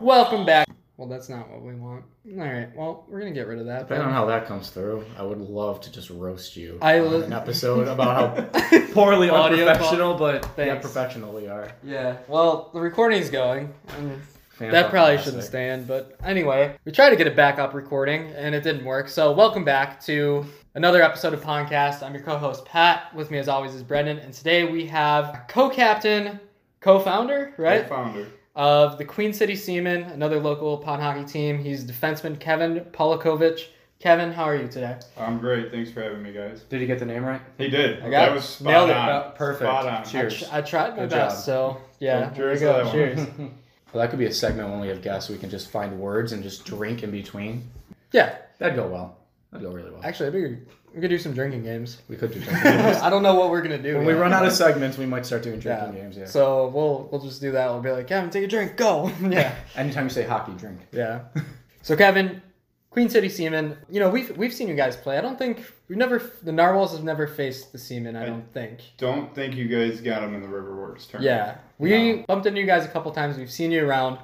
Welcome back. Well, that's not what we want. All right. Well, we're gonna get rid of that. Depending but- on how that comes through, I would love to just roast you I on li- an episode about how poorly Audio unprofessional, but yeah, Thanks. professional we are. yeah. Well, the recording's going. and Fan That probably fucking shouldn't fantastic. stand, but anyway, we tried to get it back up recording and it didn't work. So, welcome back to another episode of Podcast. I'm your co host, Pat. With me, as always, is Brendan. And today we have co captain, co founder, right? founder. Of the Queen City Seamen, another local pond hockey team. He's defenseman Kevin Polakovic. Kevin, how are you today? I'm great. Thanks for having me, guys. Did you get the name right? He did. I got that it. was spot Nailed it. on. Uh, perfect. Spot on. Cheers. I, tr- I tried my Good best, job. so yeah. So, there we cheers to go. that one. Cheers. Well, that could be a segment when we have guests. We can just find words and just drink in between. Yeah, That'd go well. That'd go really well. actually, I figured we could do some drinking games. We could do drinking. I don't know what we're going to do. when we yet. run out of segments, we might start doing Yeah. drinking games. Yeah. So we'll we'll just do that. We'll be like, Kevin, take a drink, go. yeah. Anytime you say hockey, drink. Yeah. So Kevin, Queen City Seaman, you know, we've we've seen you guys play. I don't think we've never the narwhals have never faced the seaman, I don't think. Don't think you guys got him in the Riverworks tournament. Yeah. We No. bumped into you guys a couple times, we've seen you around.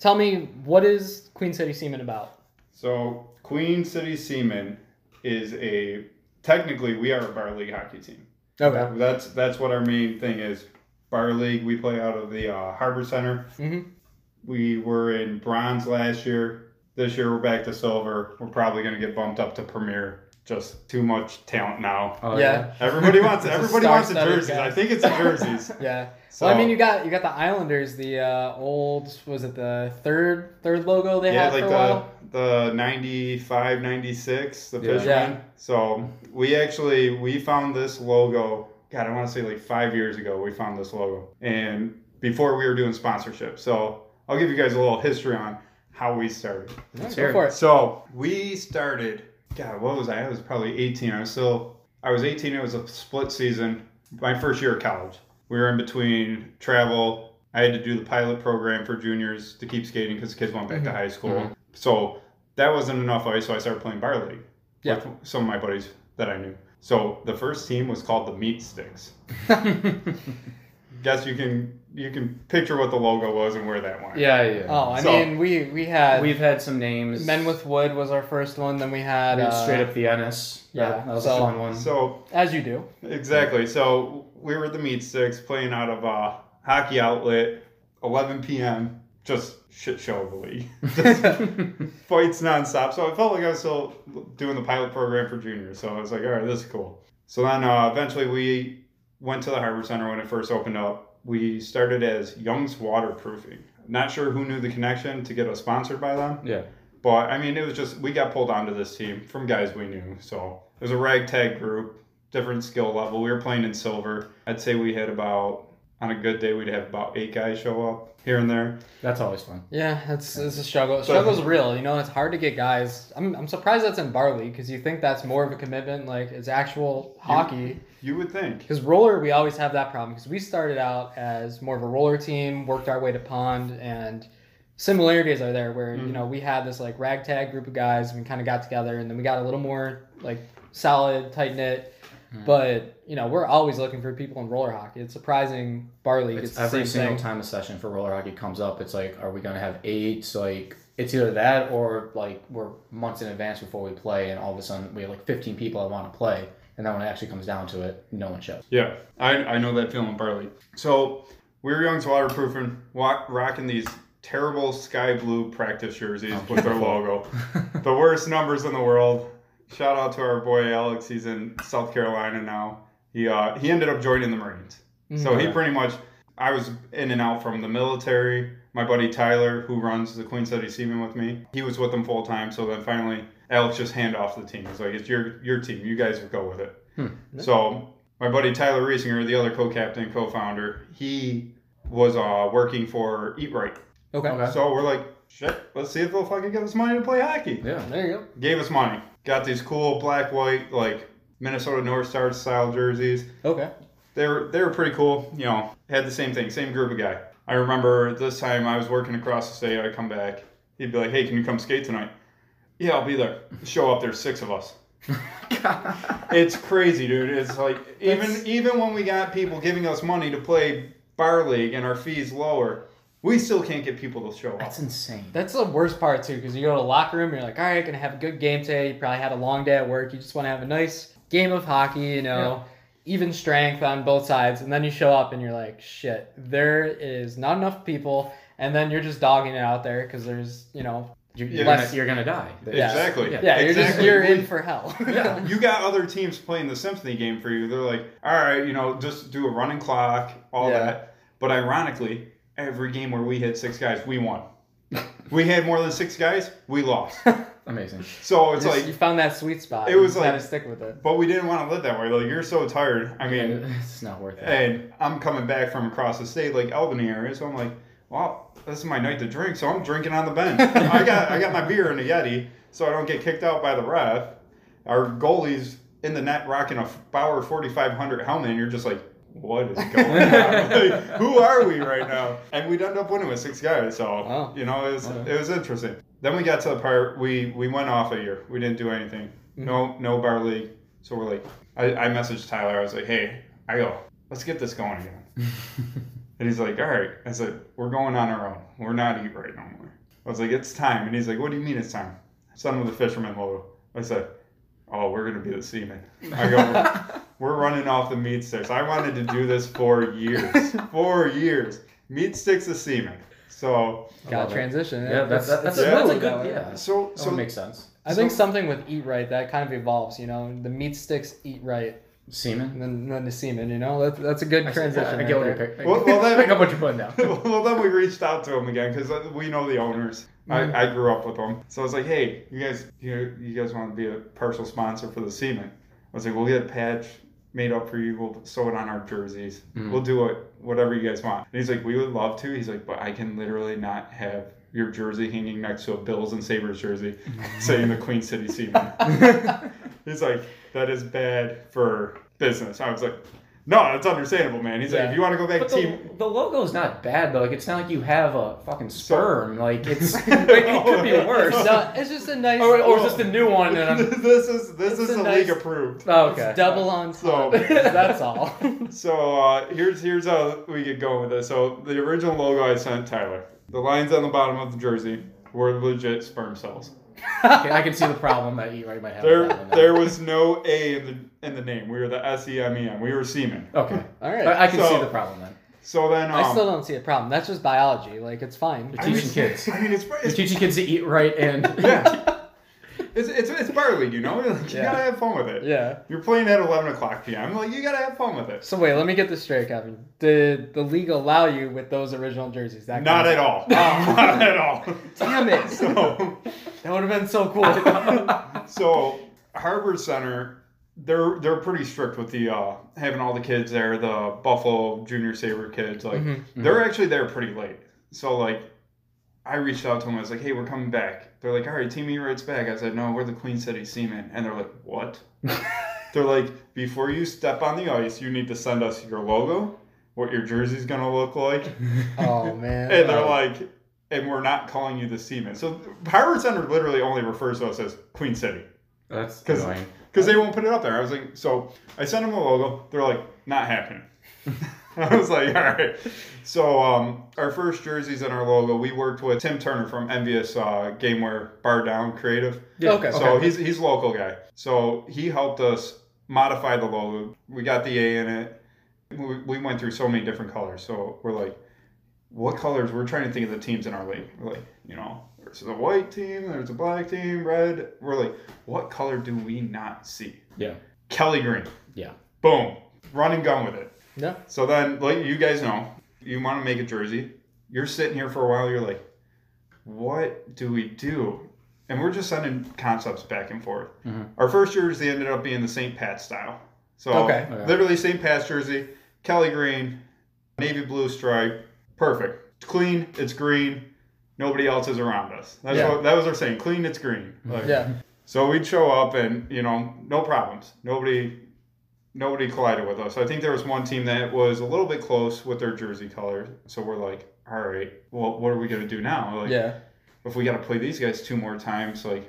Tell me, what is Queen City Seaman about? So Queen City Seamen is a technically we are a bar league hockey team. Okay. That's that's what our main thing is. Bar league. We play out of the uh, Harbor Center. Mhm. We were in bronze last year. This year we're back to silver. We're probably going to get bumped up to premier. Just too much talent now. Oh, Yeah. Everybody wants It's a everybody wants the star-studded jerseys. cast. I think it's the jerseys. Yeah. So well, I mean, you got you got the Islanders, the uh, old was it the third third logo they yeah, had like for a the while. the 95, 96, the Yeah. fisherman. Yeah. So we actually we found this logo. God, I want to say like five years ago we found this logo, and before we were doing sponsorship. So I'll give you guys a little history on how we started. Let's Go hear it. for it. So we started. God, what was I? I was probably 18. I was still. I was 18. It was a split season. My first year of college. We were in between travel. I had to do the pilot program for juniors to keep skating because the kids went back to high school. So that wasn't enough ice. So I started playing bar league Yeah. with some of my buddies that I knew. So the first team was called the Meat Sticks. Guess you can you can picture what the logo was and where that went. Yeah, yeah. Oh, I So- mean, we we had We've had some names. Men with Wood was our first one. Then we had We had uh, straight up Vienna's. yeah, that, that was so- a fun one. So as you do. Exactly. So we were at the meat sticks playing out of uh, hockey outlet, 11 p.m. Just shit show of the league. Just fights nonstop. So I felt like I was still doing the pilot program for juniors. So I was like, all right, this is cool. So then uh, eventually we went to the Harbor Center when it first opened up. We started as Young's Waterproofing. Not sure who knew the connection to get us sponsored by them. yeah. But I mean, it was just we got pulled onto this team from guys we knew. So it was a ragtag group, different skill level. We were playing in silver. I'd say we had about on a good day we'd have about eight guys show up here and there. That's always fun. Yeah, it's it's a struggle. Struggle's real. You know, it's hard to get guys. I'm I'm surprised that's in bar league because you think that's more of a commitment. Like it's actual hockey. You would think. Because roller, we always have that problem. Because we started out as more of a roller team, worked our way to pond, and similarities are there. Where you know we had this like ragtag group of guys, and we kind of got together, and then we got a little more like solid, tight knit. But you know we're always looking for people in roller hockey. It's surprising bar league. It's, It's the every same single thing. time a session for roller hockey comes up, it's like, are we gonna have eight? Like, it's either that or like we're months in advance before we play, and all of a sudden we have like 15 people that want to play, and then when it actually comes down to it, no one shows. Yeah, I, I know that feeling, Barley. So we were Young's waterproofing, wa- rocking these terrible sky blue practice jerseys with their logo, the worst numbers in the world. Shout out to our boy Alex. He's in South Carolina now. He uh, he ended up joining the Marines, Mm-hmm. so he pretty much I was in and out from the military. My buddy Tyler, who runs the Queen City Seaman with me, he was with them full time. So then finally, Alex just hand off the team. He's like, "It's your your team. You guys go with it." So my buddy Tyler Reesinger, the other co-captain, co-founder, he was uh, working for Eat Right. Okay. Okay. So we're like, shit, let's see if they'll fucking give us money to play hockey. Yeah. There you go. Gave us money. Got these cool black, white, like Minnesota North Stars style jerseys. Okay. They were they were pretty cool. You know, had the same thing, same group of guy. I remember this time I was working across the state. I come back, he'd be like, hey, can you come skate tonight? Yeah, I'll be there. Show up. There's six of us. It's crazy, dude. It's like even even when we got people giving us money to play bar league and our fees lower, We still can't get people to show up. That's insane. That's the worst part too, because you go to the locker room, you're like, all right, gonna have a good game today. You probably had a long day at work. You just want to have a nice game of hockey, you know, even strength on both sides. And then you show up and you're like, shit, there is not enough people. And then you're just dogging it out there because there's, you know, You're, you're Less- gonna, you're gonna die. Yeah. Exactly. Yeah. yeah, Exactly. you're just you're We- in for hell. Yeah. You got other teams playing the symphony game for you. They're like, all right, you know, just do a running clock, all Yeah. that. But ironically, every game where we had six guys, we won. we had more than six guys, we lost. Amazing. So it's Just- like, you found that sweet spot. It You was just gotta like- stick with it. but we didn't want to live that way. Like you're so tired. I mean, it's not worth it. and I'm coming back from across the state, like Albany area. So I'm like, well, this is my night to drink, so I'm drinking on the bench. I got I got my beer in a Yeti, so I don't get kicked out by the ref. Our goalie's in the net rocking a Bauer 4500 helmet, and you're just like, what is going on? like, who are we right now? And we'd end up winning with six guys. So Wow. you know, it was Wow. it was interesting. Then we got to the part we we went off a year. We didn't do anything. No no bar league. So we're like, I, I messaged Tyler. I was like, hey, I go, let's get this going again. and he's like, all right. I said, we're going on our own. We're not eat right no more. I was like, it's time. And he's like, what do you mean it's time? Son of the fisherman logo. I said, oh, we're going to be the seamen. I go, we're running off the meat sticks. I wanted to do this for years. Four years. Meat sticks the seamen. So, Got love it. to transition. yeah, It's- that's that's, that's, it's a, that's a smooth that good way. yeah. so, So so it makes sense. I think something with eat right that kind of evolves. You know, the meat sticks eat right, and Semen. then then the semen. You know, that's that's a good I see- transition. I right get what you're there. picking. Well- well, that- I got what you're putting down. well, then we reached out to him again because we know the owners. I, I grew up with them, so I was like, "Hey, you guys, you, you guys want to be a partial sponsor for the semen?" I was like, "We'll get a patch made up for you. We'll sew it on our jerseys. We'll do it, whatever you guys want." And he's like, "We would love to." He's like, "But I can literally not have your jersey hanging next to a Bills and Sabres jersey saying the Queen City Seamen." he's like, "That is bad for business." I was like, "No, it's understandable, man." He's like, Yeah. "If you want to go back But to the, team." the logo's not bad though. Like it's not like you have a fucking sperm. Like it's it, could be worse. No, it's just a nice Or, or is this the new one? And I'm, this is this It's is a the nice- league approved. oh, okay. double on So- top. that's all. So uh, here's here's how we get going with this. So the original logo I sent Tyler, the lines on the bottom of the jersey were legit sperm cells. Okay, I can see the problem that you already might have. with There that one now. there was no A in the in the name. We were the S E M E M. We were semen. Okay. All right. I, I can So- see the problem then. So then um, Oh. I still don't see a problem. That's just biology. Like it's fine. You're teaching mean- kids. I mean it's You're it's, teaching kids to eat right and yeah. it's it's it's barley, you know. Like, you Yeah. gotta have fun with it. Yeah. You're playing at 11 o'clock p.m. Like you gotta have fun with it. So wait, let me get this straight, Kevin. Did the league allow you with those original jerseys? That Not kind at of- all. Not at all. Damn it! So. That would have been so cool. so Harvard Center, they're they're pretty strict with the uh, having all the kids there, the Buffalo Junior Saber kids. Like Mhm. they're actually there pretty late. So like, I reached out to them. I was like, "Hey, we're coming back." They're like, "All right, Team E writes back." I said, "No, we're the Queen City Seamen," and they're like, "What?" they're like, "Before you step on the ice, you need to send us your logo, what your jersey's gonna look like, oh man. and they're Oh. like." And we're not calling you the seamen. So Harvard Center literally only refers to us as Queen City. That's 'Cause- annoying. Because they won't put it up there. I was like, so I sent them a logo. They're like, not happening. I was like, all right. So um, our first jerseys and our logo, we worked with Tim Turner from Envious uh, Gameware Bar Down Creative. Yeah. Okay. So he's he's a local guy. So he helped us modify the logo. We got the A in it. We, we went through so many different colors. So we're like, what colors? We're trying to think of the teams in our league. We're like, you know, there's a white team, there's a black team, red. We're like, what color do we not see? Yeah. Kelly green. Yeah. Boom. Run and gun with it. Yeah. So then, like you guys know, you want to make a jersey. You're sitting here for a while. You're like, what do we do? And we're just sending concepts back and forth. Mm-hmm. Mhm. Our first jersey ended up being the St. Pat style. So Okay. Okay. literally St. Pat's jersey, Kelly green, navy blue stripe, perfect. It's clean. It's green. Nobody else is around us. That's Yeah. Mm-hmm. what that was our saying. Clean. It's green. Like, yeah. so we'd show up and you know no problems. Nobody nobody collided with us. I think there was one team that was a little bit close with their jersey color. So we're like, all right, well, what are we gonna do now? Like, Yeah. if we got to play these guys two more times, like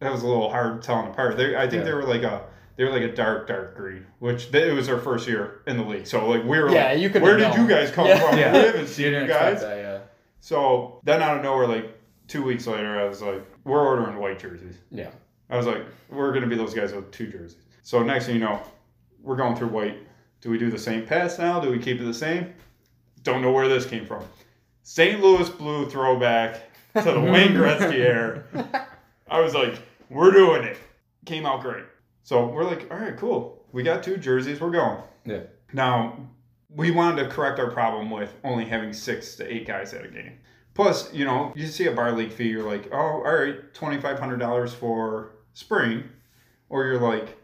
that was a little hard telling apart. They, I think Yeah. they were like a They were like a dark, dark green, which they, it was their first year in the league. So like we were Yeah, like, you could've where did known. you guys come Yeah. from? Yeah. We haven't You seen didn't you expect guys. that, yeah. So then out of nowhere, like two weeks later, I was like, we're ordering white jerseys. Yeah. I was like, we're gonna be those guys with two jerseys. So next thing you know, we're going through white. Do we do the same pass now? Do we keep it the same? Don't know where this came from. St. Louis blue throwback to the Wayne Gretzky era. I was like, we're doing it. Came out great. So we're like, all right, cool. We got two jerseys. We're going. Yeah. Now, we wanted to correct our problem with only having six to eight guys at a game. Plus, you know, you see a bar league fee, you're like, oh, all right, twenty five hundred dollars for spring, or you're like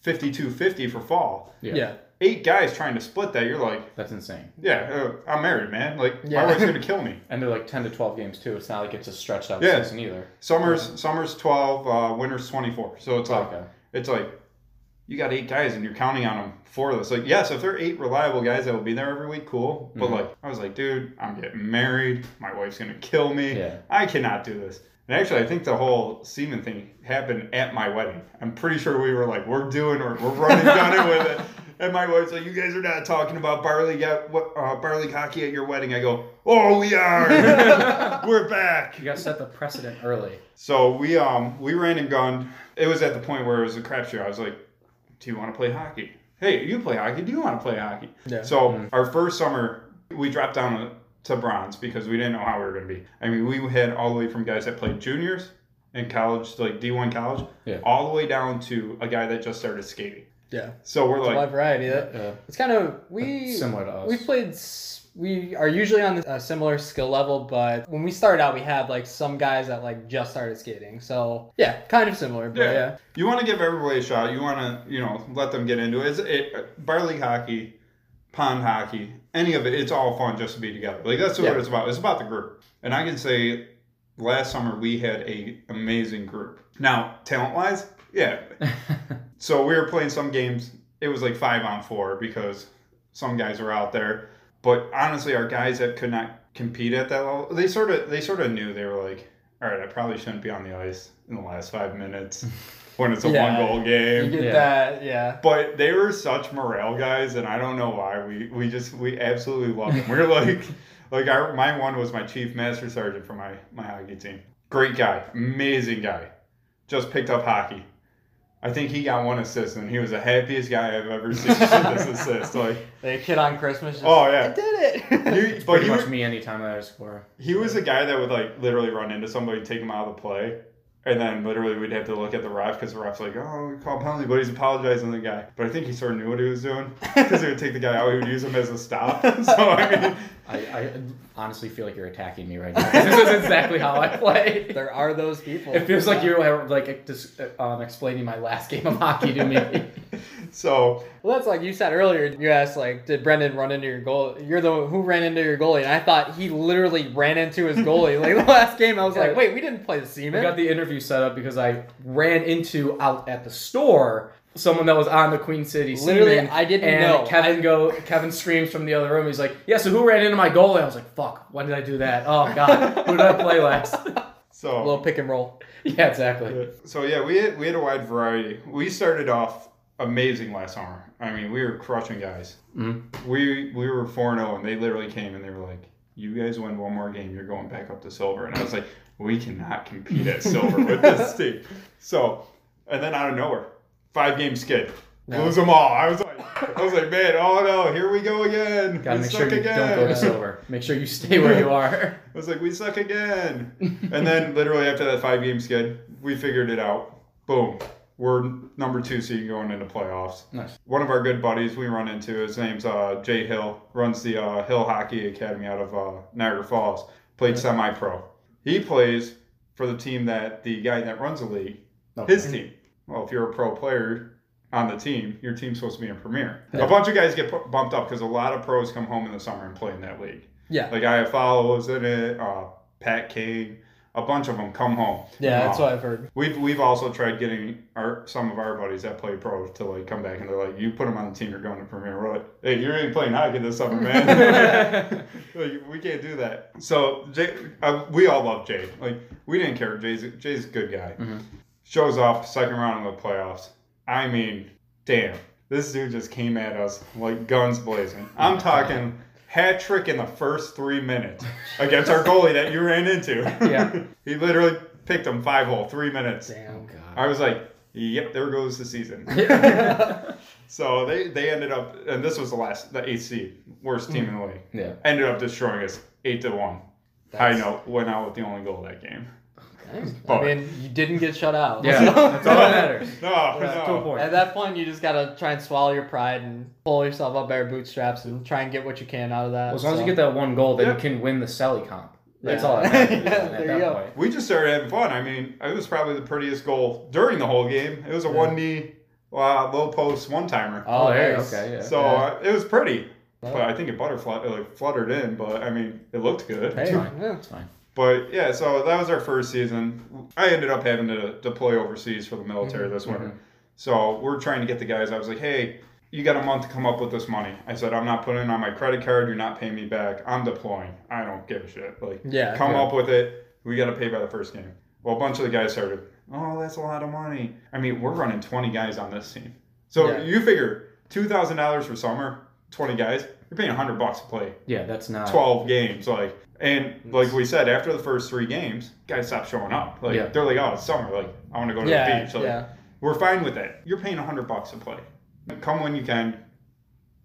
fifty two fifty for fall. yeah. Yeah. Eight guys trying to split that, you're like, That's insane. yeah, uh, I'm married, man. Like Yeah. my wife's gonna kill me. And they're like 10 to 12 games too. It's not like it's a stretched out Yeah. season either. Summer's summer's twelve, uh, winter's twenty four. So it's like Okay. it's like you got eight guys and you're counting on them for this. Like, yes, if they're eight reliable guys that will be there every week, cool. But Mhm. like, I was like, dude, I'm getting married. My wife's gonna kill me. Yeah. I cannot do this. And actually, I think the whole semen thing happened at my wedding. I'm pretty sure we were like, we're doing, or we're running down it with it. And my wife's like, you guys are not talking about barley at, what- uh, barley hockey at your wedding. I go, oh, we are. we're back. You got to set the precedent early. So we um we ran and gunned. It was at the point where it was a crapshoot. I was like, "Do you want to play hockey? Hey, you play hockey. Do you want to play hockey?" Yeah. So our first summer, we dropped down to bronze because we didn't know how we were going to be. I mean, we had all the way from guys that played juniors in college, like D one college, Yeah. all the way down to a guy that just started skating. Yeah. So we're It's a like, wide variety. That, Yeah. it's kind of we Similar to us. we played. s- We are usually on a similar skill level, but when we started out, we had like some guys that like just started skating. So yeah, kind of similar. But Yeah. yeah, you want to give everybody a shot. You want to, you know, let them get into it. It's, it uh, bar league hockey, pond hockey, any of it. It's all fun just to be together. Like that's what Yeah. it's about. It's about the group. And I can say, last summer we had a amazing group. Now talent wise, yeah. so we were playing some games. It was like five on four because some guys were out there. But honestly, our guys that could not compete at that level, they sort of they sort of knew they were like, all right, I probably shouldn't be on the ice in the last five minutes when it's a Yeah. one goal you game. get Yeah. that. Yeah, But they were such morale guys, and I don't know why. We we just we absolutely love them. We're like like our my one was my chief master sergeant for my my hockey team. Great guy, amazing guy. Just picked up hockey. I think he got one assist, and he was the happiest guy I've ever seen with this assist. Like, the kid on Christmas. Just, Oh, yeah. I did it. you, It's but pretty he, much was- me anytime that I score. he was a guy that would like literally run into somebody, take him out of the play, and then literally we'd have to look at the ref because the ref's like, "Oh, we call penalty," but he's apologizing to the guy. But I think he sort of knew what he was doing because he would take the guy out, he would use him as a stop. So I mean, I, I honestly feel like you're attacking me right now. this is exactly how I play. there are those people. It feels like you're like just, um, explaining my last game of hockey to me. so Well, that's like you said earlier. You asked like, did Brendan run into your goal? You're the who ran into your goalie, and I thought he literally ran into his goalie. like the last game, I was like, wait, we didn't play the I seaman. got the interview set up because I ran into out at the store someone that was on the Queen City. Literally, Seaman, I didn't and know. Kevin go. Kevin screams from the other room. He's like, "Yeah, so who ran into my goalie?" I was like, "Fuck, why did I do that? Oh God, who did I play last?" A so little pick and roll. yeah, exactly. So yeah, we had, we had a wide variety. We started off amazing last summer. I mean, we were crushing guys. Mhm. We we were four zero, and they literally came and they were like, "You guys win one more game, you're going back up to silver." And I was like, "We cannot compete at silver with this team." So, and then out of nowhere, five game skid, No. lose them all. I was like, I was like, man, oh no, here we go again. Gotta we make suck sure you again. don't go to silver. Make sure you stay where you are. I was like, we suck again. and then literally after that five game skid, we figured it out. Boom. We're number two seed going into playoffs. Nice. One of our good buddies we run into, his name's uh, Jay Hill, runs the uh, Hill Hockey Academy out of uh, Niagara Falls, played semi pro. He plays for the team that the guy that runs the league, his team. Well, if you're a pro player on the team, your team's supposed to be in premier. Yeah. A bunch of guys get pu- bumped up because a lot of pros come home in the summer and play in that league. Yeah. Like I follow was in it, uh, Pat Kane, a bunch of them come home. Yeah, that's Uh, what I've heard. We've we've also tried getting our some of our buddies that play pro to like come back and they're like, you put them on the team, you're going to premier. We're like, hey, you're ain't playing hockey this summer, man. like, we can't do that. So Jay, uh, we all love Jay. Like we didn't Mm-hmm. care. Jay's Jay's a good guy. Mhm. Shows up second round of the playoffs. I mean, damn, this dude just came at us like guns blazing. I'm talking hat trick in the first three minutes against our goalie that you ran into. Yeah. he literally picked him five hole, three minutes. Oh, Damn. I was like, yep, there goes the season. god. so they, they ended up, and this was the last, the eighth seed, worst team in the league, yeah. ended up destroying us eight to one. I That's- know went out with the only goal that game. Dang. But- I mean, you didn't get shut out. Yeah. So- That's all that matters. No, That's to a no. point. At that point, you just gotta try and swallow your pride and pull yourself up by your bootstraps and try and get what you can out of that. Well, as long as you get that one goal, then Yeah. you can win the Sally comp. That's Yeah. all that matters. Yeah, at there that you go. point. We just started having fun. I mean, it was probably the prettiest goal during the whole game. It was a Yeah. one knee uh, low post one timer. Oh, there. nice. Okay. Yeah. so yeah. uh, it was pretty, Yeah. but I think it butterfly like fluttered in. But I mean, it looked good. Hey, fine. yeah. That's fine. But yeah, so that was our first season. I ended up having to deploy overseas for the military Mm-hmm. this winter. So we're trying to get the guys. I was like, hey, you got a month to come up with this money. I said, I'm not putting it on my credit card. You're not paying me back. I'm deploying. I don't give a shit. Like, Yeah, come yeah. up with it. We got to pay by the first game. Well, a bunch of the guys started. Oh, that's a lot of money. I mean, we're running 20 guys on this team. So Yeah. you figure two thousand dollars for summer, 20 guys. You're paying 100 bucks to play Yeah, that's not. 12 games like and like we said after the first three games guys stop showing up like Yeah. they're like oh it's summer like i want to go to the Yeah, beach like yeah. we're fine with that you're paying 100 bucks to play come when you can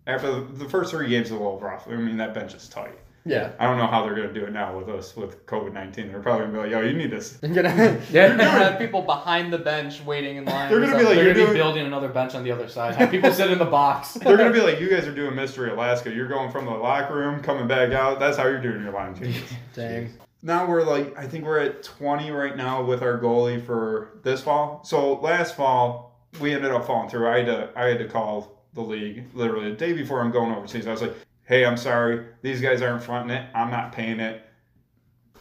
after the, the first three games are a little rough i mean that bench is tight Yeah. i don't know how they're going to do it now with us with covid-19 they're probably going to be like yo you need this You're gonna, Yeah. you're gonna have people behind the bench waiting in line. They're or gonna be something. like, They're You're going to be doing- building another bench on the other side. Have people sit in the box. they're going to be like you guys are doing mystery alaska you're going from the locker room coming back out that's how you're doing your line changes Dang. now we're like I think we're at 20 right now with our goalie for this fall. So last fall we ended up falling through. I had to I had to call the league literally the day before I'm going overseas. I was like, "Hey, I'm sorry. These guys aren't fronting it. I'm not paying it.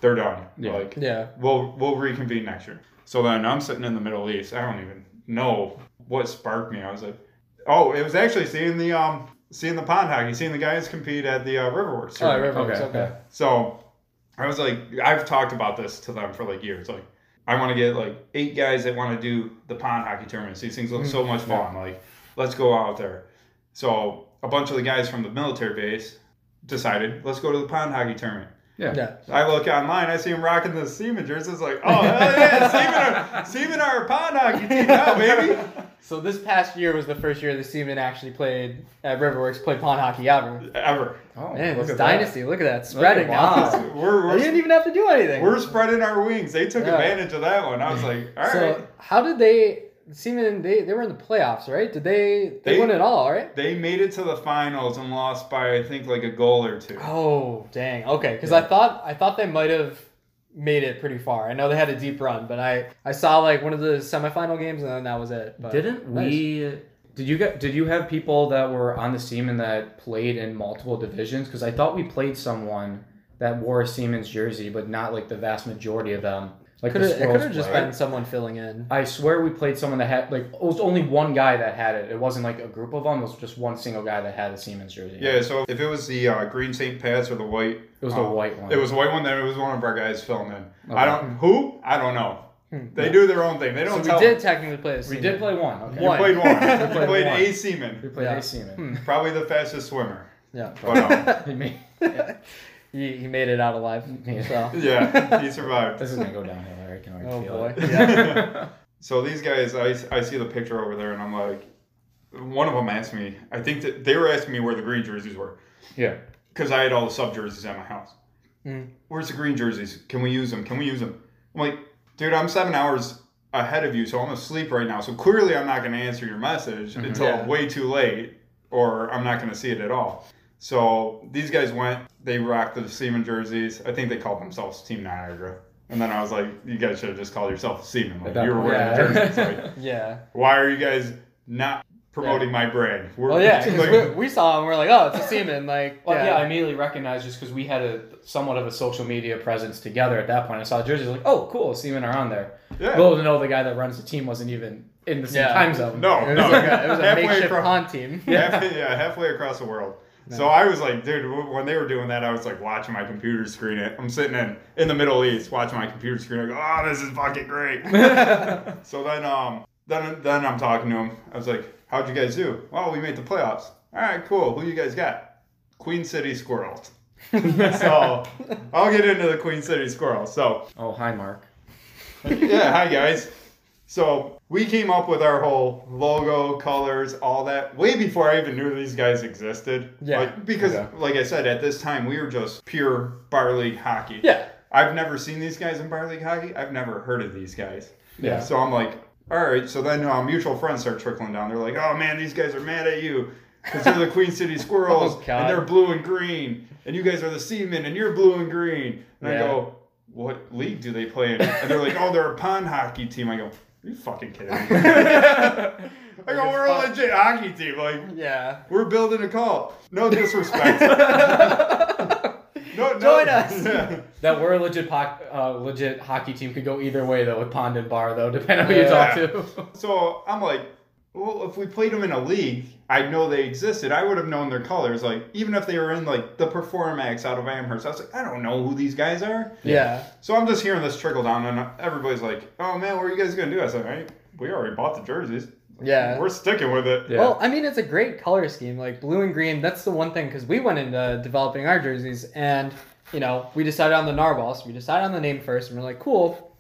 They're done. Yeah. Like Yeah. we'll we'll reconvene next year." So then I'm sitting in the Middle East. I don't even know what sparked me. I was like, "Oh, it was actually seeing the um seeing the pond hockey, seeing the guys compete at the uh, Riverworks." Oh, I tournament. remember. Okay, It's okay. So I was like, I've talked about this to them for like years. Like, I want to get like eight guys that want to do the pond hockey tournaments. These things look so Mm, much fun. Like, let's go out there. So a bunch of the guys from the military base decided, let's go to the pond hockey tournament. Yeah. Yeah. I look online, I see him rocking the Seaman jerseys. It's like, oh, hell yeah, Seaman are, Seaman are a pond hockey team now, baby. So this past year was the first year the Seaman actually played at Riverworks, played pond hockey ever. Ever. Oh, Man, look it's at that. dynasty. Look at that spreading wow. now. We're, They we're, didn't even have to do anything. we're spreading our wings. They took Yeah. advantage of that one. I was like, all right. so how did they? Seaman, they they were in the playoffs, right? Did they? They, They- won it all, right? They made it to the finals and lost by I think like a goal or two. Oh dang. Okay, because I thought I thought they might have made it pretty far. I know they had a deep run, but I I saw like one of the semifinal games and then that was it. But Didn't Nice. we? Did you get? Did you have people that were on the Seaman that played in multiple divisions? Because I thought we played someone that wore a Siemens jersey, but not like the vast majority of them. Like Could the have it could Squirrels have just played. been someone filling in. I swear we played someone that had like it was only one guy that had it. It wasn't like a group of them. It was just one single guy that had a Siemens jersey. Yeah, so if it was the uh, green St. Pat's or the white, it was Oh, the white one. it was the white one. Then it was one of our guys filming. in. I Okay. don't who I don't know. They do their own thing. They Hmm. So don't we tell. did technically play this. We did play one. Okay. One. You played one. You played played, one. a We seaman, played Yeah. Hmm. a Seaman. probably the fastest swimmer. Yeah. But um, He, he made it out alive. Yeah. So yeah, he survived. this is gonna go downhill. Eric. I can already Oh, feel boy. it. Yeah. So these guys, I, I see the picture over there, and I'm like, one of them asked me. I think that they were asking me where the green jerseys were. yeah. because I had all the sub jerseys at my house. Where's the green jerseys? Can we use them? Can we use them? I'm like, dude, I'm seven hours ahead of you, so I'm asleep right now. So clearly, I'm not going to answer your message until Yeah. way too late, or I'm not going to see it at all. So these guys went. They rocked the Seaman jerseys. I think they called themselves Team Niagara. And then I was like, you guys should have just called yourself Seaman. Like, that you were point, wearing the yeah. jerseys. Like, yeah. why are you guys not promoting my brand? We're, Well, yeah. 'cause like- we, we saw him. We're like, oh, it's a seaman. Like, Well, yeah, yeah. I immediately recognized just because we had a somewhat of a social media presence together at that point. I saw jerseys like, oh, cool, Seaman are on there. Yeah. Little to know the guy that runs the team wasn't even in the same Yeah. time zone. no, it was no. like a, it was a Halfway makeshift across- pond team. halfway, yeah, halfway across the world. So I was like, dude, w- when they were doing that, I was like watching my computer screen. It. I'm sitting in in the Middle East watching my computer screen. I go, oh, this is fucking great. so then, um, then then I'm talking to him. I was like, How'd you guys do? Well, we made the playoffs. All right, cool. Who you guys got? Queen City Squirrels. so I'll get into the Queen City Squirrels. So Oh, hi, Mark. yeah, hi guys. So we came up with our whole logo, colors, all that way before I even knew these guys existed. Yeah. Like, because, Okay. like I said, at this time we were just pure bar league hockey. Yeah. I've never seen these guys in bar league hockey. I've never heard of these guys. Yeah. So I'm like, all right. So then uh, mutual friends start trickling down. They're like, oh man, these guys are mad at you because they're the Queen City Squirrels Oh, God. and they're blue and green, and you guys are the Seamen and you're blue and green. And I Yeah. go, what league do they play in? And they're like, oh, they're a pond hockey team. I go, are you fucking kidding me? I go, we're a legit hockey team. Like, Yeah. we're building a cult. No disrespect. no, no. Join us. Yeah. That we're a legit, po- uh, legit hockey team could go either way though with Pond and Bar though, depending on who you talk to. So I'm like, well, if we played them in a league, I know they existed. I would have known their colors. Like, even if they were in like the Performax out of Amherst, I was like, I don't know who these guys are. Yeah. So I'm just hearing this trickle down, and everybody's like, Oh man, what are you guys gonna do? I said, hey, We already bought the jerseys. Yeah. We're sticking with it. Yeah. Well, I mean, it's a great color scheme. Like blue and green, that's the one thing because we went into developing our jerseys and, you know, we decided on the narwhal. So we decided on the name first and we're like, cool,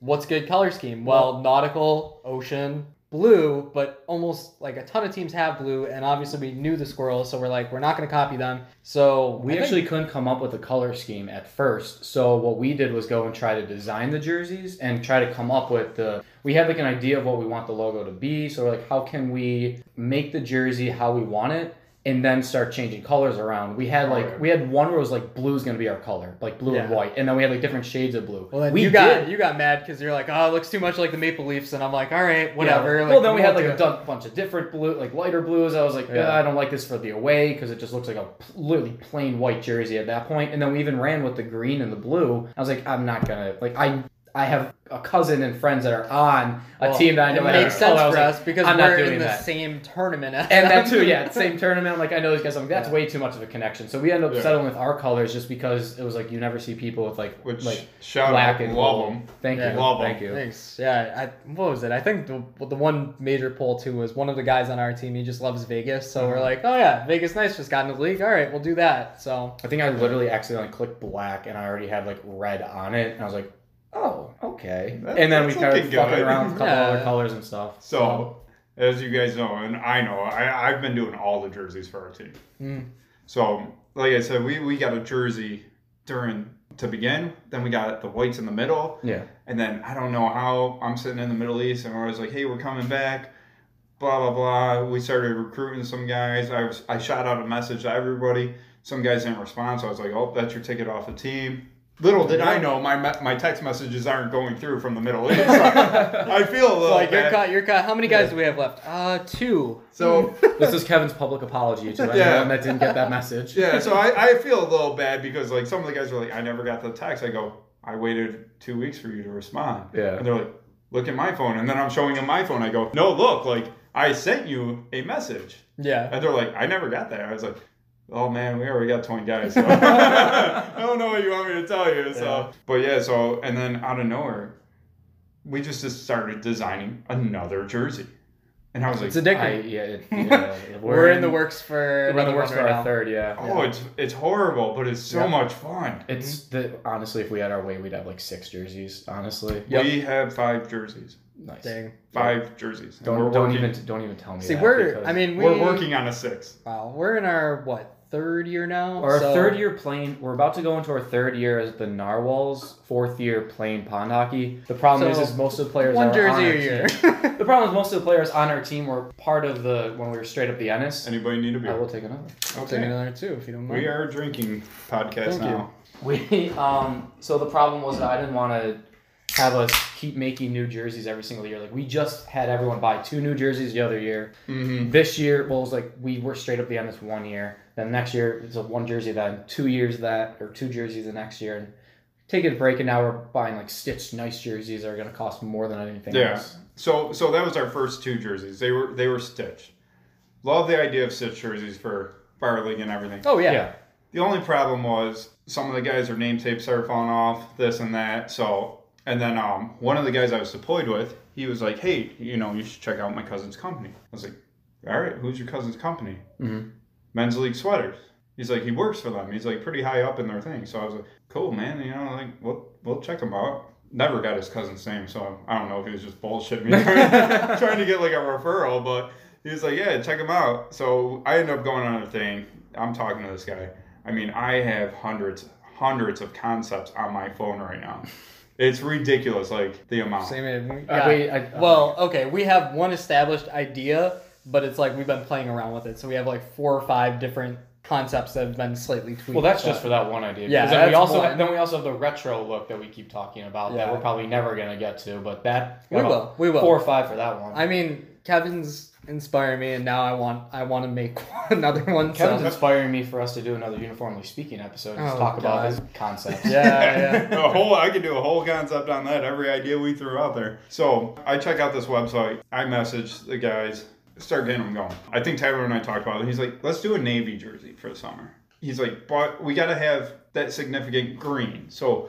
what's good color scheme? Well, nautical, ocean, blue, but almost like a ton of teams have blue. And obviously we knew the squirrels. So we're like, we're not going to copy them. So We I think- actually couldn't come up with a color scheme at first, so what we did was go and try to design the jerseys and try to come up with the. We had like an idea of what we want the logo to be, so we're like, how can we make the jersey how we want it, and then start changing colors around. We had like Right. we had one where it was like blue is gonna be our color, like blue and Yeah. white, and then we had like different shades of blue. Well, then we you got did- you got mad because you're like, oh, it looks too much like the Maple Leafs, and I'm like, all right, whatever. Yeah. Like, well, then we won't had like do a it. dun- bunch of different blue, like lighter blues. I was like, Yeah. "Ah, I don't like this for the away because it just looks like a p- literally plain white jersey at that point. And then we even ran with the green and the blue. I was like, I'm not gonna like I. I have a cousin and friends that are on a Well, team that I It know makes that are- sense oh, I was for like, us because I'm not we're doing in the that. same tournament. As and that them. too, yeah, same tournament. I'm like, I know these guys. I'm like, that's way too much of a connection. So we ended up Yeah. settling with our colors just because it was like you never see people with like Which like shout black out, and love gold. them. Thank Yeah. you, Love 'em. thank you. Thanks. Yeah. I, what was it? I think the the one major pull too was one of the guys on our team. He just loves Vegas, so Uh-huh. we're like, oh yeah, Vegas nice just got in the league. All right, we'll do that. So I think I literally accidentally clicked black and I already had like red on it and I was like, oh, okay. That- and then we that's started looking fucking good. around with a couple Yeah. other colors and stuff. So, as you guys know, and I know, I, I've been doing all the jerseys for our team. Mm. So, like I said, we, we got a jersey during to begin. Then we got the whites in the middle. yeah. And then I don't know how I'm sitting in the Middle East and I was like, hey, we're coming back. Blah, blah, blah. We started recruiting some guys. I, was, I shot out a message to everybody. Some guys didn't respond. So I was like, oh, that's your ticket off the team. Little did I know my me- my text messages aren't going through from the Middle East. I feel a So, little like you're bad. cut, you're cut. How many guys do we have left? Uh, two. So This is Kevin's public apology to anyone Yeah. that didn't get that message. yeah, so I, I feel a little bad because like some of the guys are like, I never got the text. I go, I waited two weeks for you to respond. Yeah. And they're like, look at my phone. And then I'm showing them my phone. I go, no, look, like I sent you a message. Yeah. And they're like, I never got that. I was like, oh man, we already got 20 guys. So. I don't know what you want me to tell you. So, Yeah. but yeah, so, and then out of nowhere, we just, just started designing another jersey. And I was like, It's addictive. I, yeah, it, yeah we're, in the works for We're in the another works one for right our now. third, yeah. oh, it's, mm-hmm. it's horrible, but it's so Yeah. much fun. It's the honestly, if we had our way, we'd have like six jerseys. Honestly, Yep. We have five jerseys. nice. Dang. Five jerseys. And Don't, we're don't working, even don't even tell me. See, that we're. because- I mean, we, we're working on a six. Wow, we're in our what third year now? Our So- third year playing, we're about to go into our third year as the Narwhals. Fourth year playing pond hockey. The problem So, is, is most of the players One are on jersey our a year. team. The problem is most of the players on our team were part of the when we were straight up the Ennis. Anybody need a I will beer? take another. Take Okay. another two if you don't mind. We are drinking podcast Thank now. We um so the problem was that I didn't want to have us keep making new jerseys every single year. Like we just had everyone buy two new jerseys the other year. Mm-hmm. This year, well, it was like we were straight up the Ennis one year. Then next year it's a one jersey. Then two years of that or two jerseys the next year. And taking a break and now we're buying like stitched nice jerseys that are gonna cost more than anything Yeah. else. So so that was our first two jerseys. They were they were stitched. Love the idea of stitched jerseys for bar league and everything. Oh yeah. The only problem was some of the guys their name tapes started falling off, this and that. So and then um one of the guys I was deployed with, he was like, Hey, you know, you should check out my cousin's company. I was like, all right, who's your cousin's company? Mhm. Men's League Sweaters. He's like, he works for them. He's like pretty high up in their thing. So I was like, cool, man. You know, like we'll we'll check him out. Never got his cousin's name, so I don't know if he was just bullshitting me, trying, trying to get like a referral. But he was like, yeah, check him out. So I end up going on a thing. I'm talking to this guy. I mean, I have hundreds, hundreds of concepts on my phone right now. It's ridiculous, like the amount. Same here. We- Uh, yeah. wait, I- oh well, okay, we have one established idea, but it's like we've been playing around with it. So we have like four or five different concepts that have been slightly tweaked. Well, that's but- just for that one idea. Yeah, Yeah. Then we that's also one. then we also have the retro look that we keep talking about Yeah. that we're probably never gonna get to, but that We got will. We will. Four or five for that one. I mean, Kevin's inspired me, and now I want I want to make another one. Kevin's so. inspiring me for us to do another uniformly speaking episode and just Oh, talk God. about his concepts. Yeah, yeah. a whole I could do a whole concept on that. Every idea we threw out there. So I check out this website. I message the guys. Start getting them going. I think Tyler and I talked about it. He's like, let's do a navy jersey for the summer. He's like, but we got to have that significant green. So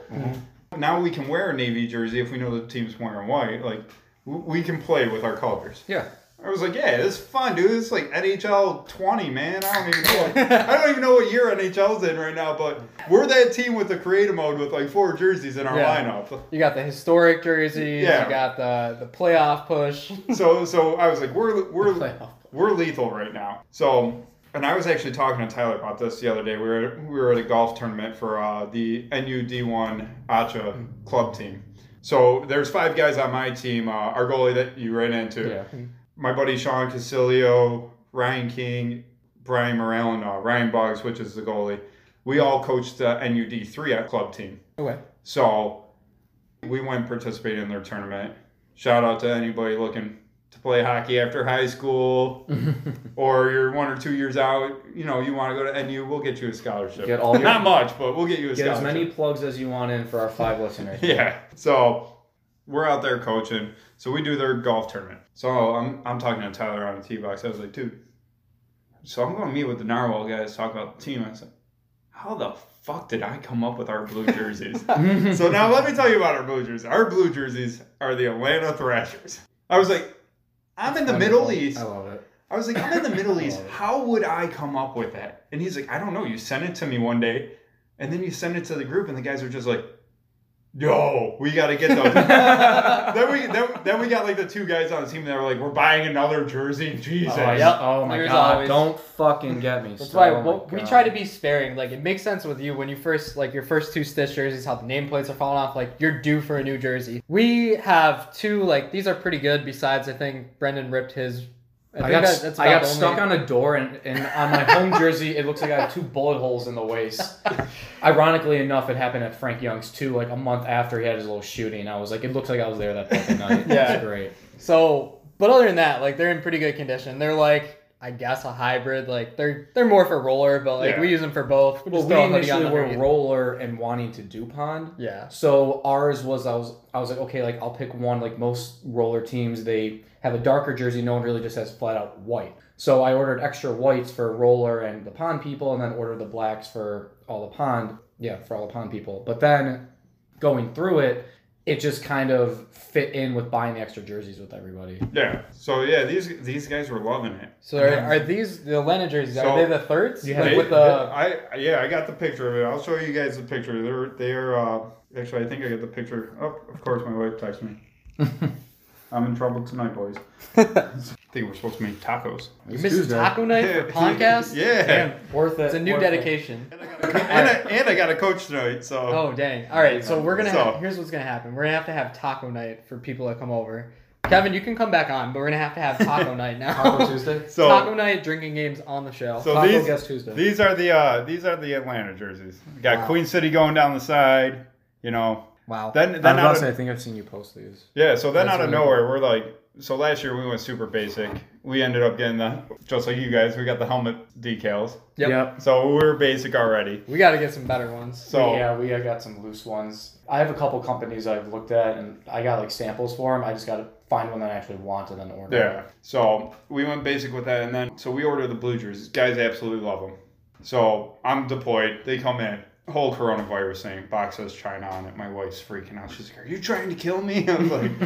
now we can wear a navy jersey if we know the team's wearing white. Like w- we can play with our colors. yeah. I was like, yeah, this is fun, dude. This is like NHL 20, man. I don't even know. What, I don't even know what year NHL's in right now, but we're that team with the creative mode with like four jerseys in our Yeah. lineup. You got the historic jerseys. Yeah. You got the the playoff push. So, so I was like, we're we're Playoff. we're lethal right now. So, and I was actually talking to Tyler about this the other day. We were we were at a golf tournament for uh, the NUD1 Acha club team. So there's five guys on my team. Uh, our goalie that you ran into. Yeah. my buddy Sean Casilio, Ryan King, Brian Morrell, and uh, Ryan Boggs, which is the goalie. We all coached the NUD3 at club team. Okay. So we went and participated in their tournament. Shout out to anybody looking to play hockey after high school or you're one or two years out. You know, you want to go to NU, we'll get you a scholarship. Get all your- Not much, but we'll get you a Get as scholarship. many plugs as you want in for our five listeners. Yeah. So we're out there coaching. So we do their golf tournament. So I'm I'm talking to Tyler on the tee box. I was like, dude. So I'm going to meet with the narwhal guys, talk about the team. I said, how the fuck did I come up with our blue jerseys? so now let me tell you about our blue jerseys. Our blue jerseys are the Atlanta Thrashers. I was like, I'm in the Middle Wonderful. Oh, East. I love it. I was like, I'm in the Middle I East. love it. How would I come up with that? And he's like, I don't know. You sent it to me one day, and then you send it to the group, and the guys are just like, Yo, we got to get those. then we then, then we got like the two guys on the team that were like, we're buying another jersey. Jesus. Oh, Yep. oh my There's god, always- don't fucking get me. That's started. why Oh my well, we God. try to be sparing. Like it makes sense with you when you first like your first two stitch jerseys, how the nameplates are falling off. Like you're due for a new jersey. We have two. Like these are pretty good. Besides, I think Brendan ripped his. I think got, that- I got about the stuck only- on a door, and, and on my home jersey, it looks like I have two bullet holes in the waist. Ironically enough, it happened at Frank Young's too, like a month after he had his little shooting. I was like, it looks like I was there that fucking night. Yeah. It's great. So, but other than that, like they're in pretty good condition. They're like. I guess a hybrid, like they're they're more for roller, but like Yeah. we use them for both. Well, Just throw a we hoodie initially on were underneath. roller and wanting to do pond. Yeah. So ours was I was I was like okay like I'll pick one like most roller teams they have a darker jersey no one really just has flat out white so I ordered extra whites for roller and the pond people and then ordered the blacks for all the pond yeah for all the pond people but then going through it it just kind of fit in with buying the extra jerseys with everybody Yeah. So yeah, these these guys were loving it. So are, are these the Atlanta jerseys? So- are they the thirds? You like have- with the I yeah, I got the picture of it. I'll show you guys the picture. They're they're uh, actually I think I got the picture. Oh, of course my wife texted me. I'm in trouble tonight, boys. I think we're supposed to make tacos. you missed taco night for podcast. Yeah. Damn, worth it it's a new worth it. dedication. and, I, and I got a coach tonight, so Oh dang! All right, so we're gonna. So- have, here's what's gonna happen. We're gonna have to have taco night for people that come over. Kevin, you can come back on, but we're gonna have to have taco night now. Taco Tuesday so Taco night, drinking games on the shelf. so Taco these Guest Tuesday these are the uh, these are the Atlanta jerseys. We got Wow. Queen City going down the side, you know. wow. Then I, then was out about to of, say, I think I've seen you post these yeah, so then That's out of really cool. nowhere we're like so last year we went super basic. We ended up getting the just like you guys, we got the helmet decals. Yep. So we are basic already. We got to get some better ones. So yeah, we uh, got some loose ones. I have a couple companies I've looked at, and I got like samples for them. I just got to find one that I actually want and then order. Yeah. So we went basic with that, and then so we ordered the blue jerseys. Guys absolutely love them. So I'm deployed. They come in. Whole coronavirus thing. Box says China on it. My wife's freaking out. She's like, "Are you trying to kill me?" I'm like,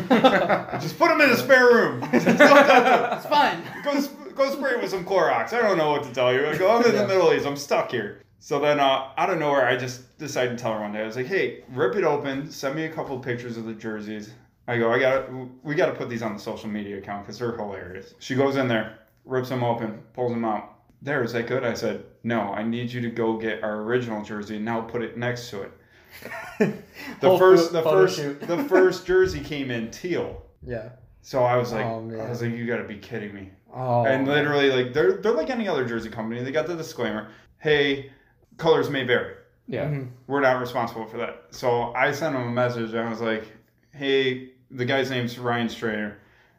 "Just put them in a spare room. Just go, It's fine. go, go spray it with some Clorox. I don't know what to tell you. I go, I'm in Yeah. the Middle East. I'm stuck here. So then, uh, out of nowhere, I just decided to tell her one day. I was like, "Hey, rip it open. Send me a couple pictures of the jerseys." I go, "I got to we got to put these on the social media account because they're hilarious." She goes in there, rips them open, pulls them out. There, is that good? I said, "No, I need you to go get our original jersey and now put it next to it." The Whole pho- first, the Oh, photo first, shoot. the first jersey came in teal. Yeah. So I was like, Oh, man. I was like, you got to be kidding me. Oh. and literally, like they're they're like any other jersey company. They got the disclaimer: Hey, colors may vary. Yeah. Mhm. We're not responsible for that. So I sent him a message. And I was like, Hey, the guy's name's Ryan Strayer,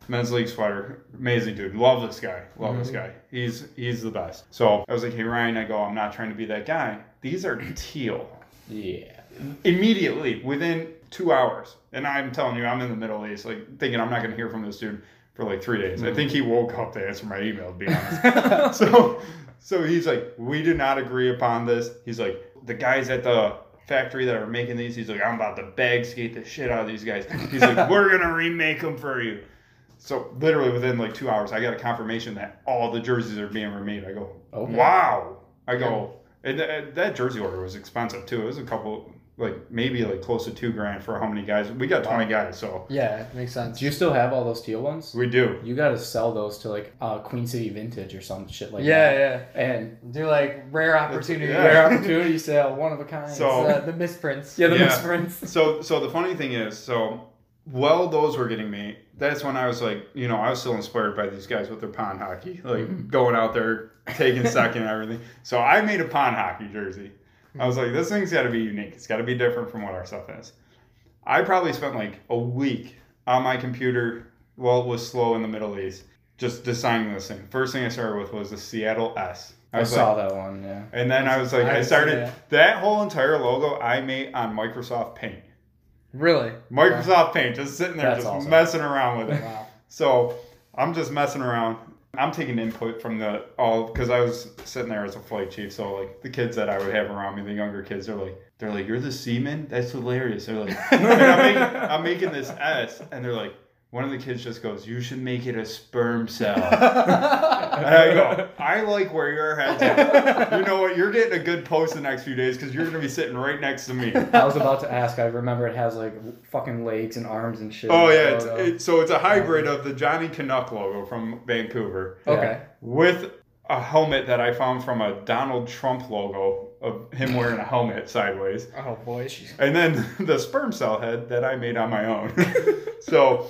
men's league sweater, amazing dude. Love this guy. Love this guy. He's he's the best. So I was like, Hey Ryan, I go, I'm not trying to be that guy. These are teal. Yeah. Immediately, within two hours, and I'm telling you, I'm in the Middle East, like thinking I'm not going to hear from this dude for like three days. I think he woke up to answer my email, to be honest so so he's like, we did not agree upon this. He's like, the guys at the factory that are making these, he's like, I'm about to bag skate the shit out of these guys. He's like, we're gonna remake them for you. So literally within like two hours, I got a confirmation that all the jerseys are being remade. I go, Okay. wow. I go, and th- that jersey order was expensive too. It was a couple, like maybe like close to two grand for how many guys? We got twenty guys, so Yeah, it makes sense. Do you still have all those teal ones? we do. You gotta sell those to like uh, Queen City Vintage or some shit like yeah, that. yeah. And Do like rare opportunity. yeah. rare opportunity sale, one of a kind. It's, So- uh, the misprints. yeah, the Yeah. misprints. So so the funny thing is, so while those were getting made, that's when I was like, you know, I was still inspired by these guys with their pond hockey, like Mm-hmm. going out there taking second and everything. So I made a pond hockey jersey. I was like, this thing's got to be unique. It's got to be different from what our stuff is. I probably spent like a week on my computer while it was slow in the Middle East, just designing this thing. First thing I started with was the Seattle S. I I was saw that one. Yeah. like, and then I was like, I I see started that. that whole entire logo I made on Microsoft Paint. Really? Microsoft Paint, just sitting there, That's just awesome. messing around with it. Wow. So I'm just messing around. I'm taking input from the all because I was sitting there as a flight chief. So like the kids that I would have around me, the younger kids, they're like, they're like, you're the seaman. That's hilarious. They're like, and I'm, making, I'm making this S, and they're like, one of the kids just goes, you should make it a sperm cell. And I go, I like where your head's at. You know what? You're getting a good post the next few days because you're gonna be sitting right next to me. I was about to ask. I remember it has like fucking legs and arms and shit. Oh in the yeah, it's, photo. it, so it's a hybrid of the Johnny Canuck logo from Vancouver Okay. with a helmet that I found from a Donald Trump logo of him wearing a helmet sideways, Oh boy. and then the sperm cell head that I made on my own. so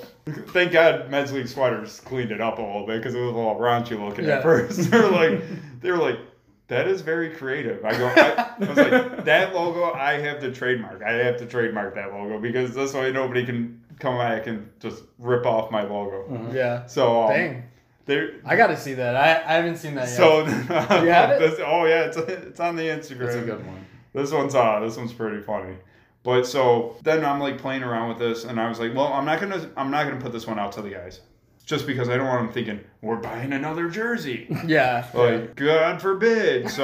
thank God Men's League Sweaters cleaned it up a little bit because it was a little raunchy looking Yeah. at first. they were like, they were like. That is very creative. I go. I, I was like, that logo. I have to trademark. I have to trademark that logo because this way nobody can come back and just rip off my logo. Mhm. Yeah. So um, Dang. there. I got to see that. I, I haven't seen that yet. So You have it? this, oh yeah, it's, it's on the Instagram. It's a good one. This one's uh this one's pretty funny. But so then I'm like playing around with this, and I was like, well, I'm not gonna I'm not gonna put this one out to the guys, just because I don't want them thinking we're buying another jersey. yeah. Like oh. God forbid. So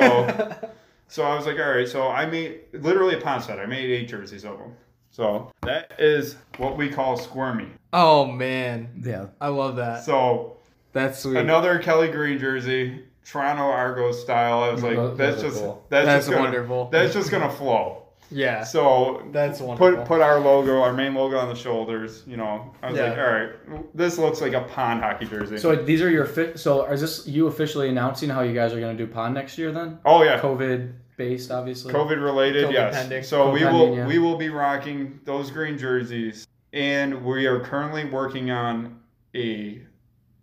so I was like, all right. So I made literally a pawn set. I made eight jerseys of them. So that is what we call squirmy. oh man, Yeah. I love that. So That's sweet. another Kelly Green jersey, Toronto Argos style. I was like, Those- that's those are just cool. that's, That's just gonna, wonderful. That's just gonna flow. yeah. So That's wonderful. put put our logo, our main logo on the shoulders. You know, I was like, Yeah. all right, this looks like a pond hockey jersey. So these are your fit. So is this you officially announcing how you guys are gonna do pond next year then? oh yeah, COVID based, obviously. COVID related. COVID yes. pending. So COVID we pending, will yeah. we will be rocking those green jerseys, and we are currently working on a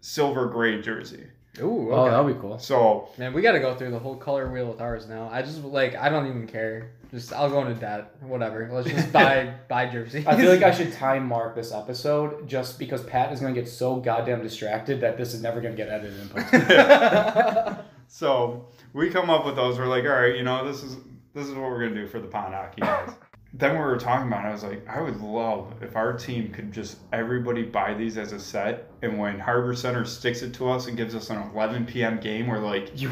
silver gray jersey. Ooh. Oh, Okay. that'll be cool. So Man, we got to go through the whole color wheel with ours now. I just like I don't even care. Just I'll go into debt. Whatever. Let's just buy buy jerseys. I feel like I should time mark this episode just because Pat is gonna get so goddamn distracted that this is never gonna get edited and posted. So we come up with those. We're like, all right, you know, this is this is what we're gonna do for the pond hockey guys. then we were talking about. It, I was like, I would love if our team could just everybody buy these as a set, and when Harbor Center sticks it to us and gives us an 11 p.m. game, we're like, You-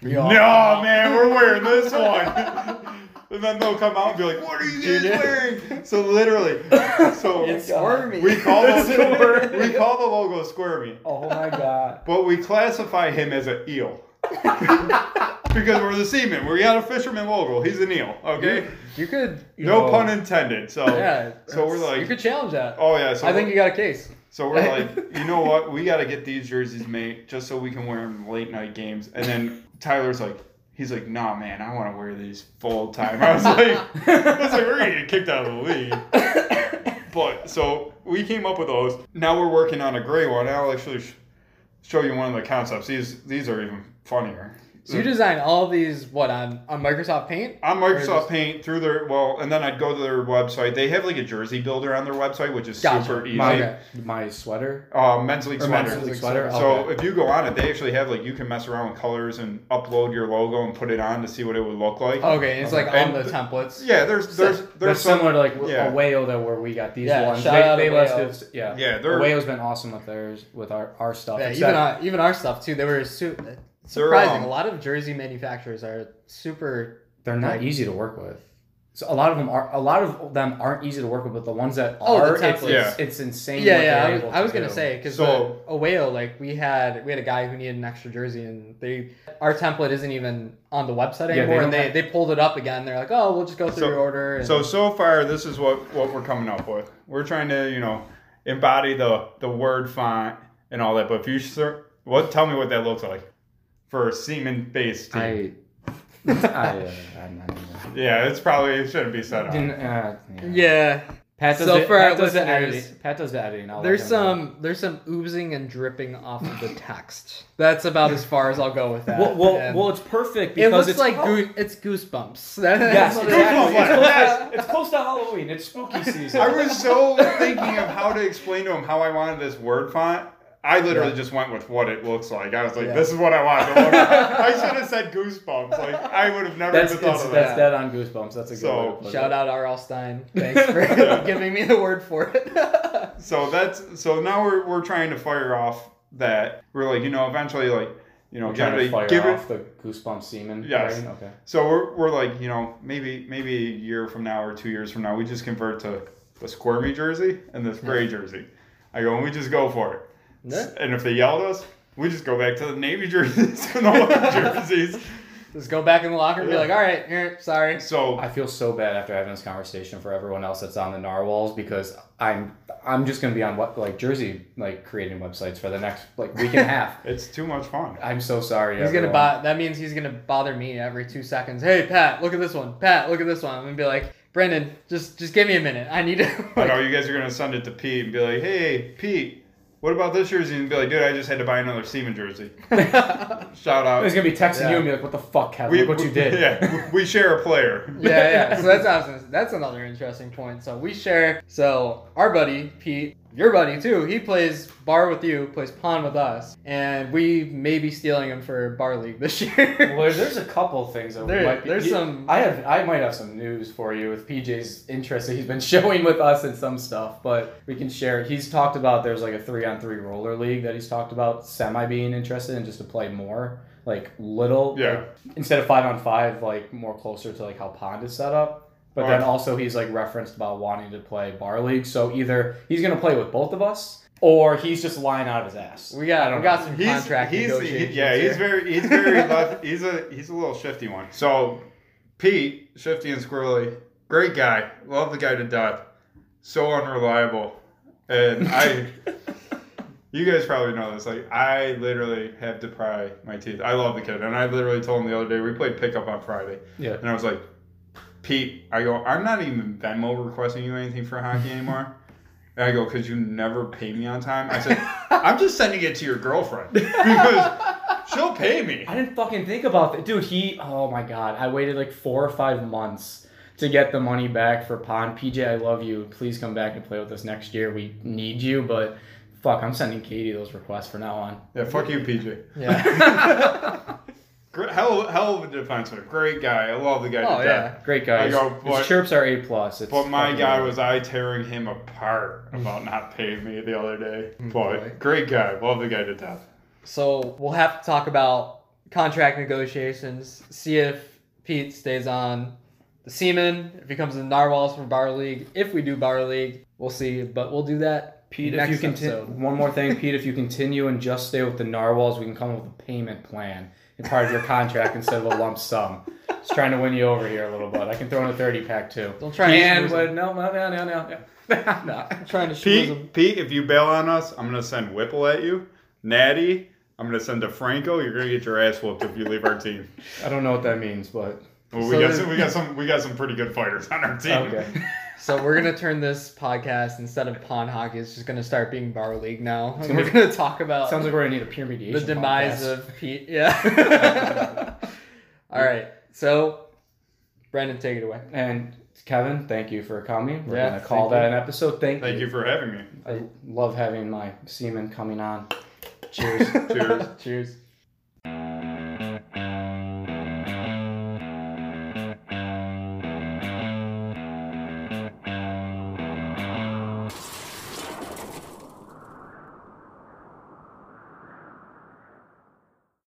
We no all- man, we're wearing this one. And then they'll come out and be like, "What are you guys Junior. wearing?" So literally, so It's God. squirmy. we call the Squirmy. we call the logo squirmy, Oh my god. but we classify him as an eel because we're the seaman. We got a fisherman logo. He's an eel. Okay, You could. you no know, pun intended. So Yeah. so we're like- you could challenge that. oh yeah. So I think we're- you got a case. So we're like, you know what? We got to get these jerseys made just so we can wear them late night games. And then Tyler's like, he's like, nah, man, I want to wear these full time. I was like, I was like, we're gonna get kicked out of the league. But so we came up with those. Now we're working on a gray one. I'll actually sh- show you one of the concepts. These these are even funnier. So you design all these what on on Microsoft Paint? on Microsoft Or just- Paint through their well, and then I'd go to their website. They have like a jersey builder on their website, which is Gotcha. super easy. My Okay. my sweater. Uh, men's league Or sweater. men's league sweater. So okay. if you go on it, they actually have like you can mess around with colors and upload your logo and put it on to see what it would look like. Okay, it's like Okay. on the And- templates. yeah, there's there's they're there's some Oh. similar to like yeah. a whale that where we got these Yeah, ones. shout they out they to left Wayo. us. Yeah. yeah The they're whale's been awesome with theirs with our our stuff. Yeah, except- even our, even our stuff too. They were su- surprising. um, a lot of jersey manufacturers are super. they're not Like- easy to work with. So a lot of them are a lot of them aren't easy to work with, but the ones that Oh, the are, it's, templates. it's, it's insane. Yeah, what yeah. they're I was, able I was to gonna do. say because So- a whale like we had we had a guy who needed an extra jersey and they our template isn't even on the website Yeah, they anymore don't and they, have- they pulled it up again. They're like, oh, we'll just go through So- your order. And, so so far this is what what we're coming up with. We're trying to you know embody the the word font and all that. But if you ser- what tell me what that looks like for a semen based team. I, I, uh, I'm not even. yeah, it's probably it shouldn't be set up. Didn't, uh, yeah. yeah, Pat does So the, for our Pat does the listeners- editing. Pat does the editing. I'll There's let him know. some there's some oozing and dripping off of the text. That's about as far as I'll go with that. Well, well, And well, it's perfect because it looks it's like oh, goo- it's goosebumps. Yes, That's what it exactly. is. Goosebumps. It's close to- It's close to Halloween. It's spooky season. I was so thinking of how to explain to him how I wanted this word font. I literally just went with what it looks like. I was like, Yeah. this is what I want. to look like. I should have said goosebumps. Like I would have never That's even thought it's, of that's that. dead on goosebumps. That's a good So, way to put it. Shout out R.L. Stein. Thanks for giving me the word for it. So that's so now we're we're trying to fire off that we're like you know eventually like you know We're trying to gotta fire give it. off the goosebump semen. Yes. Right? Okay. So we're we're like you know maybe maybe a year from now or two years from now we just convert to the squirmy jersey and this gray jersey. I go and we just go for it. Yeah. And if they yelled at us, we just go back to the Navy jerseys and all the jerseys. Just go back in the locker and be Yeah. like, all right, here, sorry. So I feel so bad after having this conversation for everyone else that's on the narwhals because I'm I'm just gonna be on what like Jersey like creating websites for the next like week and a half. it's too much fun. I'm so sorry. He's gonna everyone. bo- that means he's gonna bother me every two seconds. Hey Pat, look at this one. Pat, look at this one. I'm gonna be like, Brendan, just just give me a minute. I need to Like, like, oh, you guys are gonna send it to Pete and be like, "Hey, Pete, what about this jersey?" And be like, "Dude, I just had to buy another Seaman jersey." Shout He's out. gonna be texting Yeah. you and be like, "What the fuck, Kevin? Look what you did." Yeah, we we share a player. yeah, yeah. So that's what I was gonna- that's another interesting point. So we share. So our buddy Pete, your buddy too. He plays bar with you, plays pawn with us, and we may be stealing him for bar league this year. Well, there's a couple things that There- we might be. there's you- some- I have. I might have some news for you with PJ's interest that he's been showing with us in some stuff, but we can share. He's talked about there's like a three on three roller league that he's talked about semi being interested in just to play more like little. Yeah. like, instead of five on five, like more closer to like how Pond is set up. But then Alright. also he's like referenced about wanting to play bar league. So either he's gonna play with both of us, or he's just lying out of his ass. we got we got some He's, contract he's he- negotiations. yeah, he's here. very he's very left. He's a he's a little shifty one. So Pete, shifty and squirrely, great guy. Love the guy to death. So unreliable, and I. You guys probably know this. Like, I literally have to pry my teeth. I love the kid, and I literally told him the other day we played pickup on Friday, Yeah. and I was like, Pete, I go, I'm not even Venmo requesting you anything for hockey anymore. And I go, because you never pay me on time. I said, I'm just sending it to your girlfriend because she'll pay me. I didn't fucking think about that. Dude, he oh my god. I waited like four or five months to get the money back for Pond. PJ, I love you. Please come back and play with us next year. We need you, but fuck, I'm sending Katie those requests from now on. Yeah, fuck you, PJ. yeah. Gr- Hell, hell of a defenseman. Great guy. I love the guy Oh yeah. to death. Great I guys. go, but- His chirps are A plus. It's But my fucking- guy was I tearing him apart about not paying me the other day. Mm, boy. But great guy. Love the guy to death. So we'll have to talk about contract negotiations. See if Pete stays on. the semen. If he comes in narwhals from Bar League, if we do Bar League, we'll see. But we'll do that. Pete, next if you episode. continue, one more thing, Pete, if you continue and just stay with the narwhals, we can come up with a payment plan and part of your contract instead of a lump sum. Just trying to win you over here a little bit. I can throw in a thirty pack too. Don't try and and schmooze when, no, no, no, no, no, no. no. I'm trying to schmooze him. Pete, Pete, if you bail on us, I'm gonna send Whipple at you. Natty, I'm gonna send DeFranco. You're gonna get your ass whooped if you leave our team. I don't know what that means, but Well, we So got then- some, we got some we got some pretty good fighters on our team. okay. So we're gonna turn this podcast instead of pond hockey, it's just gonna start being bar league now. And gonna we're be- gonna talk about Sounds like we're gonna need a peer mediation. the demise podcast. of Pete. Yeah. All right. So, Brendan, take it away. And Kevin, thank you for coming. We're Yeah, gonna thank call that you. an episode. Thank, Thank you for having me. I love having my semen coming on. Cheers. Cheers. Cheers.